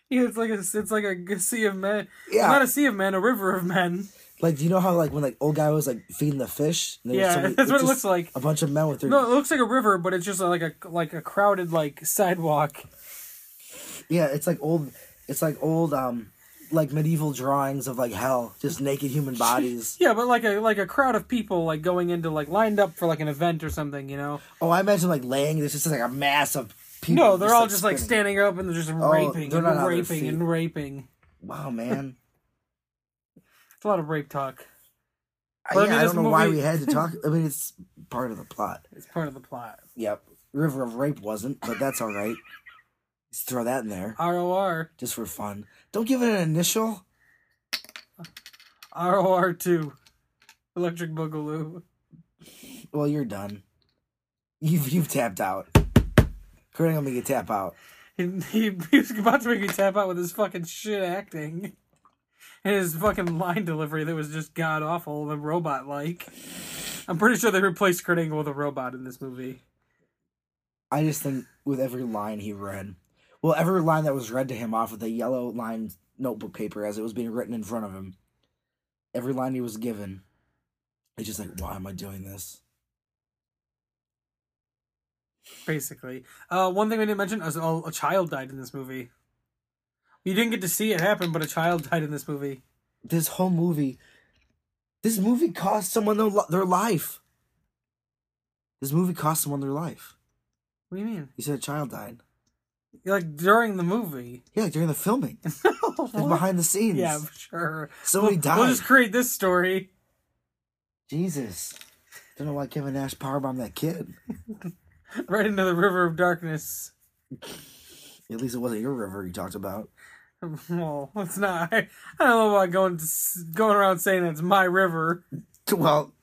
A: Yeah, it's like a it's like a sea of men.
B: Yeah.
A: Not a sea of men, a river of men.
B: Like, do you know how like when like old guy was like feeding the fish? And there was
A: Yeah,
B: somebody-
A: that's what it
B: just
A: looks like.
B: A bunch of men with their
A: No, it looks like a river, but it's just like a like a crowded like sidewalk.
B: Yeah, it's like old. It's like old, um, like medieval drawings of like hell, just naked human bodies.
A: Yeah, but like a like a crowd of people like going into like lined up for like an event or something, you know?
B: oh, I imagine like laying. There's just like a mass of people.
A: no, they're all just like standing
B: spinning. Oh,
A: up and they're just raping
B: they're
A: and
B: not on their
A: raping
B: feet.
A: and raping.
B: Wow, man.
A: It's a lot of rape talk.
B: I-
A: But I
B: yeah,
A: mean,
B: I
A: this
B: don't know why
A: movie-
B: we had to talk. I mean, it's part of the plot.
A: It's part of the plot.
B: Yep. River of Rape wasn't, but that's all right. Just throw that in there
A: ROR,
B: just for fun. Don't give it an initial.
A: ROR two, Electric Boogaloo.
B: Well, you're done. You've you've tapped out. Kurt Angle make you tap out.
A: He, he, he was about to make me tap out with his fucking shit acting. And his fucking line delivery that was just god awful and robot like. I'm pretty sure they replaced Kurt Angle with a robot in this movie.
B: I just think with every line he read, well, every line that was read to him off of the yellow lined notebook paper as it was being written in front of him, every line he was given, it's just like, why am I doing this?
A: basically. Uh, one thing we didn't mention is oh, a, a child died in this movie. You didn't get to see it happen, but a child died in this movie.
B: This whole movie, this movie cost someone their, li- their life. This movie cost someone their life.
A: What do you mean?
B: You said a child died.
A: Like during the movie?
B: Yeah, like during the filming, like
A: What?
B: behind the scenes.
A: yeah, for sure.
B: Somebody
A: we'll,
B: Oh, died.
A: We'll just create this story.
B: Jesus. Don't know why Kevin Nash powerbombed that kid.
A: Right into the river of darkness.
B: At least it wasn't your river you talked about.
A: Well, it's not. I, I don't know about going to, s- going around saying it's my river.
B: Well,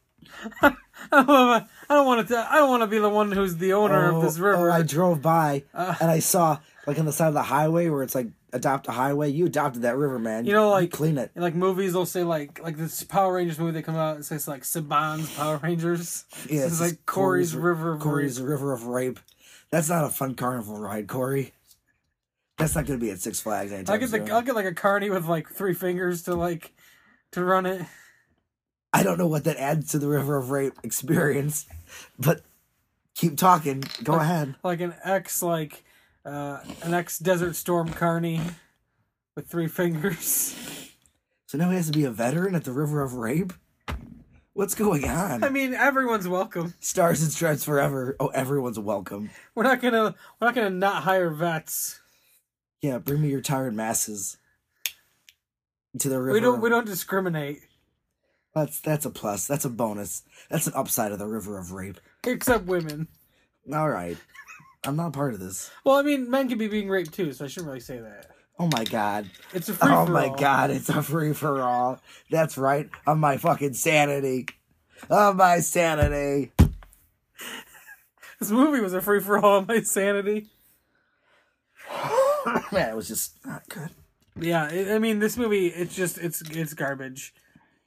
A: I don't, know, I don't want to. I don't want to be the one who's the owner of this
B: Oh, oh,
A: river. Uh,
B: I drove by and I saw like on the side of the highway where it's like adopt a highway. You adopted that river, man.
A: You know, like-
B: clean it.
A: And like movies, they'll say like like this Power Rangers movie that come out. It says like Saban's Power Rangers.
B: Yeah,
A: it's
B: just
A: like Corey's River of
B: Corey's
A: Rape.
B: River of Rape. That's not a fun carnival ride, Corey. That's not going to be at Six Flags anytime
A: I'll get the
B: soon.
A: I'll get like a carny with like three fingers to like to run it.
B: I don't know what that adds to the River of Rape experience, but keep talking. Go ahead.
A: Like an ex like uh an ex Desert Storm carny with three fingers.
B: So now he has to be a veteran at the River of Rape? What's going on?
A: I mean, everyone's welcome.
B: Stars and Stripes Forever. Oh, everyone's welcome.
A: We're not gonna we're not gonna not hire vets.
B: Yeah, bring me your tired masses to the river.
A: We don't
B: of-
A: we don't discriminate
B: That's that's a plus. That's a bonus. That's an upside of the river of rape.
A: except women.
B: All right, I'm not a part of this.
A: Well, I mean, men could be being raped too, so I shouldn't really say that.
B: Oh my god.
A: It's a free
B: Oh my god. It's a free for all. That's right. On my fucking sanity. On my sanity.
A: This movie was a free for all on my sanity.
B: Man, it was just not good.
A: Yeah, it, I mean, this movie it's just it's it's garbage.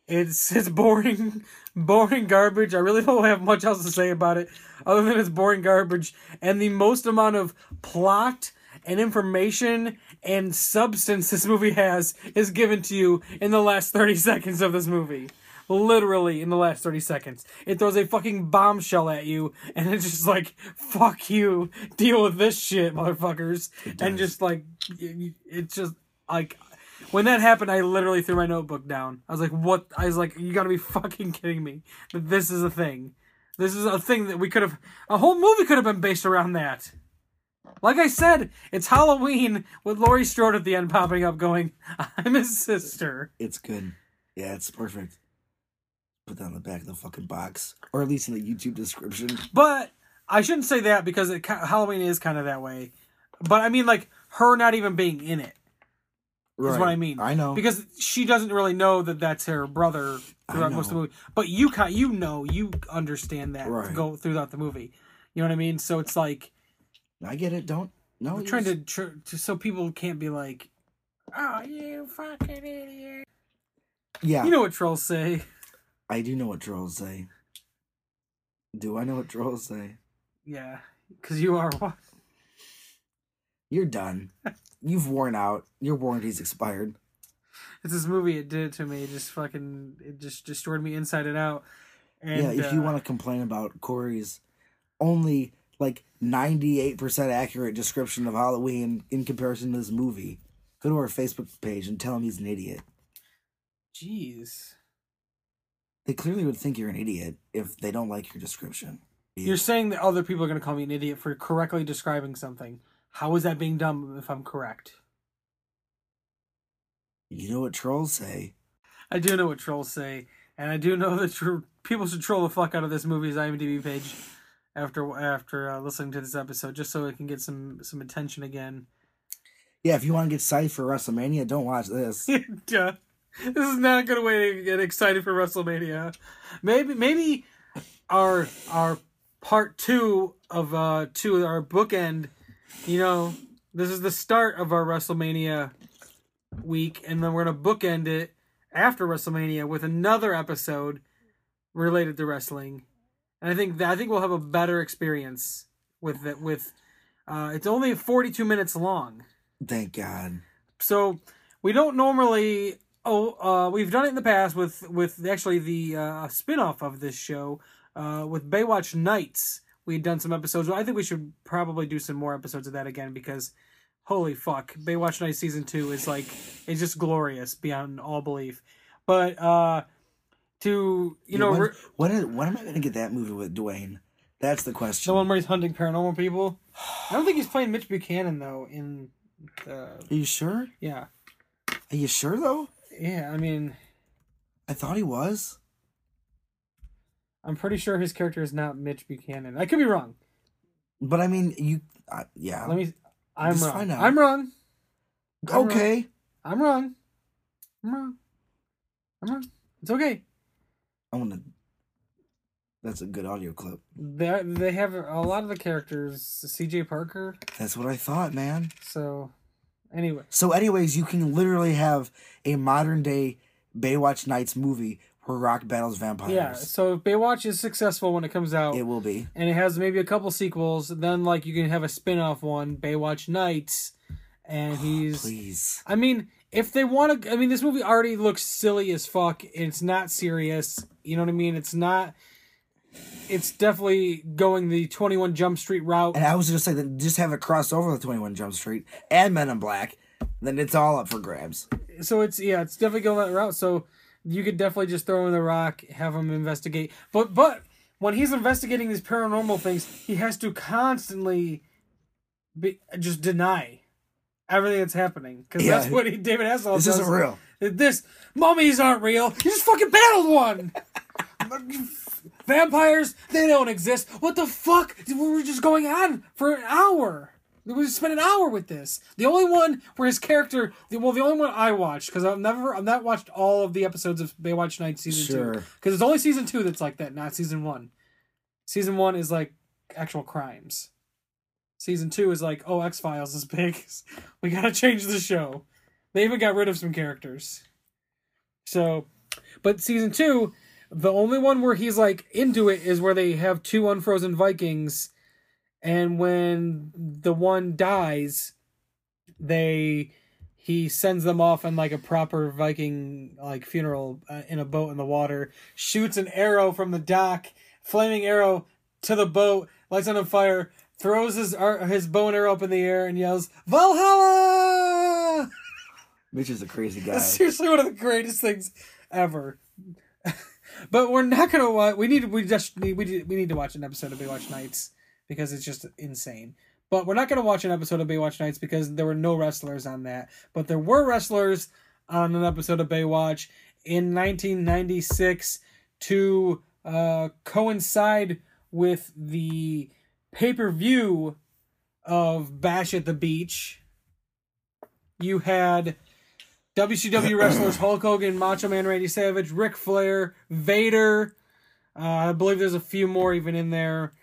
A: It's it's boring, boring garbage. I really don't have much else to say about it other than it's boring garbage and the most amount of plot and information and substance this movie has is given to you in the last 30 seconds of this movie. Literally in the last 30 seconds. It throws a fucking bombshell at you and it's just like fuck you, deal with this shit, motherfuckers. And just like y- y- it's just like when that happened, I literally threw my notebook down. I was like, "What?" I was like, "You gotta be fucking kidding me! That this is a thing. This is a thing that we could have. A whole movie could have been based around that." Like I said, it's Halloween with Laurie Strode at the end popping up, going, "I'm his sister."
B: It's good. Yeah, it's perfect. Put that on the back of the fucking box, or at least in the YouTube description.
A: But I shouldn't say that because it, ki- Halloween is kind of that way. But I mean, like her not even being in it is what I mean.
B: I know.
A: because she doesn't really know that that's her brother throughout
B: know.
A: most of the movie. But you kind you know you understand that
B: Right.
A: go throughout the movie. You know what I mean? So it's like
B: I get it. Don't. No.
A: we're
B: you
A: trying
B: just-
A: to, tr- to so people can't be like, "Oh, you fucking idiot."
B: Yeah.
A: You know what trolls say?
B: I do know what trolls say. Do I know what trolls say?
A: Yeah, because you are what?
B: You're done. You've worn out. Your warranty's expired.
A: It's this movie. It did it to me. It just fucking it just destroyed me inside and out. And,
B: yeah, if you
A: uh,
B: want to complain about Corey's only like 98% accurate description of Halloween in comparison to this movie, go to our Facebook page and tell him he's an idiot.
A: jeez,
B: They clearly would think you're an idiot if they don't like your description.
A: you're saying that other people are going to call me an idiot for correctly describing something. How is that being done if I'm correct?
B: You know what trolls say.
A: I do know what trolls say, and I do know that tr- people should troll the fuck out of this movie's IMDb page after after uh, listening to this episode, just so it can get some some attention again.
B: Yeah, if you want to get psyched for WrestleMania, don't watch this.
A: Duh. This is not a good way to get excited for WrestleMania. Maybe maybe our our part two of uh two our bookend. You know, this is the start of our WrestleMania week, and then we're gonna bookend it after WrestleMania with another episode related to wrestling. And I think that I think we'll have a better experience with it. With uh, it's only forty two minutes long
B: Thank God.
A: so we don't normally oh uh we've done it in the past with with actually the uh spin-off of this show uh with baywatch nights we had done some episodes i think we should probably do some more episodes of that again because holy fuck baywatch nights season two is like it's just glorious beyond all belief but uh to you know
B: when,
A: re-
B: when, is- when am I going to get that movie with Dwayne? That's the question.
A: the one where he's hunting paranormal people i don't think he's playing mitch buchanan though in uh
B: Are you sure?
A: yeah
B: Are you sure though?
A: yeah i mean
B: I thought he was.
A: I'm pretty sure his character is not Mitch Buchanan. I could be wrong.
B: But I mean, you. Uh, yeah.
A: Let me. I'm
B: Just
A: wrong.
B: find out.
A: I'm wrong. I'm
B: okay.
A: I'm wrong. I'm wrong. I'm wrong. It's okay.
B: I'm gonna. That's a good audio clip.
A: They they have a lot of the characters. C.J. Parker.
B: That's what I thought, man.
A: So Anyway,
B: So, anyways, you can literally have a modern day Baywatch Nights movie where Rock battles vampires.
A: yeah. So if Baywatch is successful when it comes out,
B: It will be.
A: and it has maybe a couple sequels, then like you can have a spin-off one, Baywatch Nights, and
B: Oh,
A: he's
B: Please.
A: I mean, if they want to, I mean, this movie already looks silly as fuck. It's not serious. You know what I mean? It's not. It's definitely going the Twenty One Jump Street route.
B: And I was just saying that just have it cross over with 21 Jump Street and Men in Black, then it's all up for grabs.
A: So it's yeah, it's definitely going that route. So you could definitely just throw in the rock, have him investigate. But but when he's investigating these paranormal things, he has to constantly be just deny everything that's happening because
B: Yeah.
A: that's what he, David Hasselhoff
B: This
A: does.
B: isn't real.
A: This mummies aren't real. You just fucking battled one. Vampires, they don't exist. What the fuck? We were just going on for an hour. We just spent an hour with this. The only one where his character, well, the only one I watched because I've never, I've not watched all of the episodes of Baywatch Nights season two
B: Sure.
A: because it's only season two that's like that, not season one. Season one is like actual crimes. Season two is like, oh, X Files is big. we gotta change the show. They even got rid of some characters. So, but season two, the only one where he's like into it is where they have two unfrozen Vikings, and when the one dies, they he sends them off on like a proper Viking like funeral uh, in a boat in the water, shoots an arrow from the dock, flaming arrow to the boat, lights it on fire, throws his ar- his bow and arrow up in the air, and yells Valhalla.
B: Mitch is a crazy guy.
A: That's seriously one of the greatest things ever. but we're not gonna watch. We need. We just need. We need- we need to watch an episode of Baywatch Nights because it's just insane. But we're not gonna watch an episode of Baywatch Nights because there were no wrestlers on that. But there were wrestlers on an episode of Baywatch in 1996 to uh, coincide with the pay per view of Bash at the Beach. You had WCW wrestlers Hulk Hogan, Macho Man Randy Savage, Ric Flair, Vader. Uh, I believe there's a few more even in there.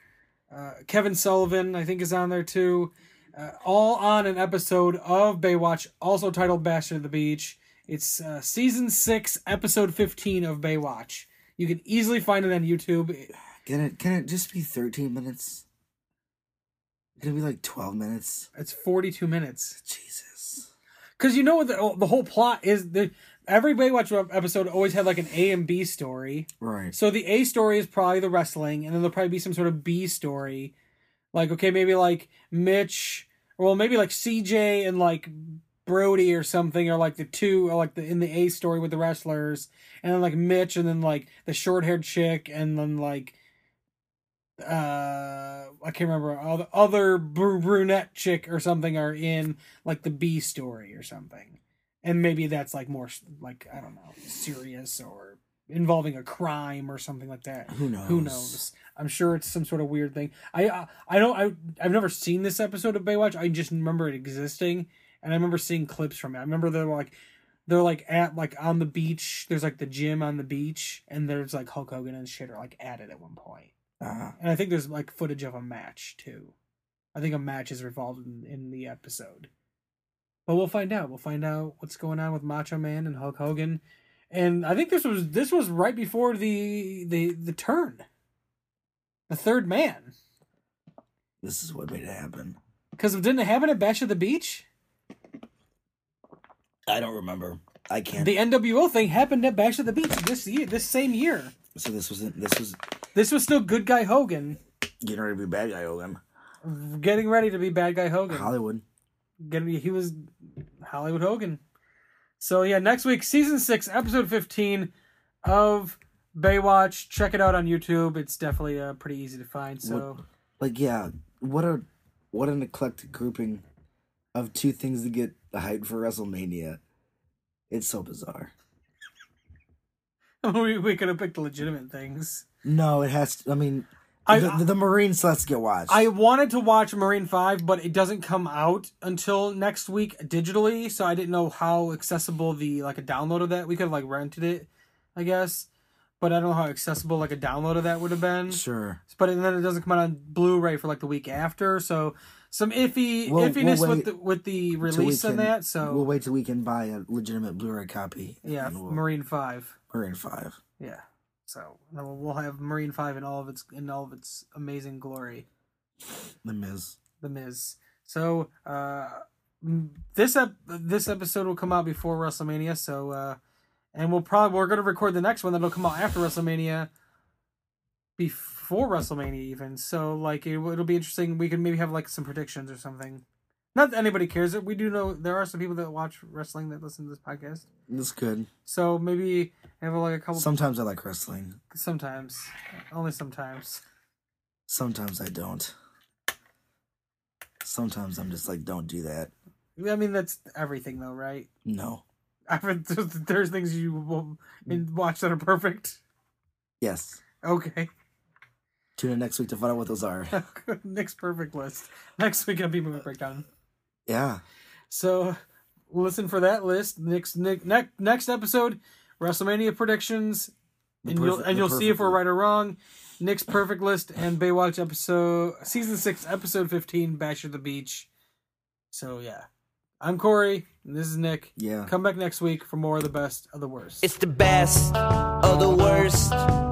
A: Uh, Kevin Sullivan, I think, is on there too. Uh, all on an episode of Baywatch, also titled Bash at the Beach. It's uh, season six, episode 15 of Baywatch. You can easily find it on YouTube.
B: Can it can it just be 13 minutes? Can it be like 12 minutes?
A: It's 42 minutes.
B: Jesus.
A: Because you know what the, the whole plot is. The, every Baywatch episode always had like an A and B story.
B: Right.
A: So the A story is probably the wrestling, and then there'll probably be some sort of B story. Like, okay, maybe like Mitch, or well, maybe like CJ and like Brody or something, or like the two, or like the in the A story with the wrestlers, and then like Mitch, and then like the short haired chick, and then like uh I can't remember other other br- brunette chick or something are in like the B story or something, and maybe that's like more like I don't know serious or involving a crime or something like that.
B: Who knows?
A: Who knows? I'm sure it's some sort of weird thing. I I, I don't I I've never seen this episode of Baywatch. I just remember it existing, and I remember seeing clips from it. I remember they're like they're like at like on the beach. There's like the gym on the beach, and there's like Hulk Hogan and shit are like at it at one point.
B: Uh,
A: And I think there's like footage of a match too. I think a match is involved in, in the episode. But we'll find out. We'll find out what's going on with Macho Man and Hulk Hogan. And I think this was this was right before the the the turn. The third man.
B: this is what made it happen.
A: Because didn't it happen at Bash at the Beach?
B: I don't remember. I can't.
A: The NWO thing happened at Bash at the Beach this year this same year.
B: so this wasn't. This was
A: This was still good guy Hogan
B: getting ready to be bad guy Owen.
A: getting ready to be bad guy Hogan.
B: Hollywood.
A: gonna be he was Hollywood Hogan. So yeah, next week, season six, episode fifteen of Baywatch. Check it out on YouTube. It's definitely uh, pretty easy to find. So
B: Like yeah, what a what an eclectic grouping of two things to get hyped for WrestleMania. It's so bizarre.
A: we, we could have picked legitimate things.
B: No, it has. To, I mean,
A: I-
B: the, the Marines let's get watched.
A: I wanted to watch Marine Five, but it doesn't come out until next week digitally, so I didn't know how accessible the like a download of that. We could have like rented it, I guess. but I don't know how accessible like a download of that would have been.
B: Sure.
A: But then it doesn't come out on Blu-ray for like the week after, so some iffy
B: We'll-
A: iffiness
B: we'll
A: with the, with the
B: Till we
A: release on
B: can-
A: that. So
B: we'll wait till we can buy a legitimate Blu-ray copy.
A: yeah,
B: and we'll-
A: Marine Five.
B: we're in five.
A: Yeah. So then we'll- we'll have Marine Five in all of its in all of its amazing glory,
B: The Miz.
A: The Miz. So uh, m- this ep- this episode will come out before WrestleMania. So uh, and we'll probably we're gonna record the next one that'll come out after WrestleMania, before WrestleMania even. So like it, will be interesting. We can maybe have like some predictions or something. Not that anybody cares. We do know there are some people that watch wrestling that listen to this podcast.
B: That's good.
A: So maybe have like a couple
B: Sometimes I like wrestling.
A: Sometimes, only sometimes.
B: Sometimes I don't. Sometimes I'm just like, don't do that.
A: I mean, that's everything, though, right?
B: No.
A: I mean, there's, there's things you will
B: Hmm.
A: in- watch that are perfect.
B: Yes.
A: Okay,
B: Tune in next week to find out what those are.
A: next perfect list. Next week on B movie breakdown.
B: yeah.
A: So, listen for that list. Next, next, next episode, WrestleMania predictions,
B: The
A: and you'll
B: perfect-
A: and
B: the
A: you'll see if
B: perfect
A: we're
B: one.
A: right or wrong. Nick's perfect list and Baywatch episode season six episode fifteen, Bash at the Beach. So yeah, I'm Corey. And this is Nick.
B: Yeah.
A: Come back next week for more of the best of the worst.
C: It's the best of the worst.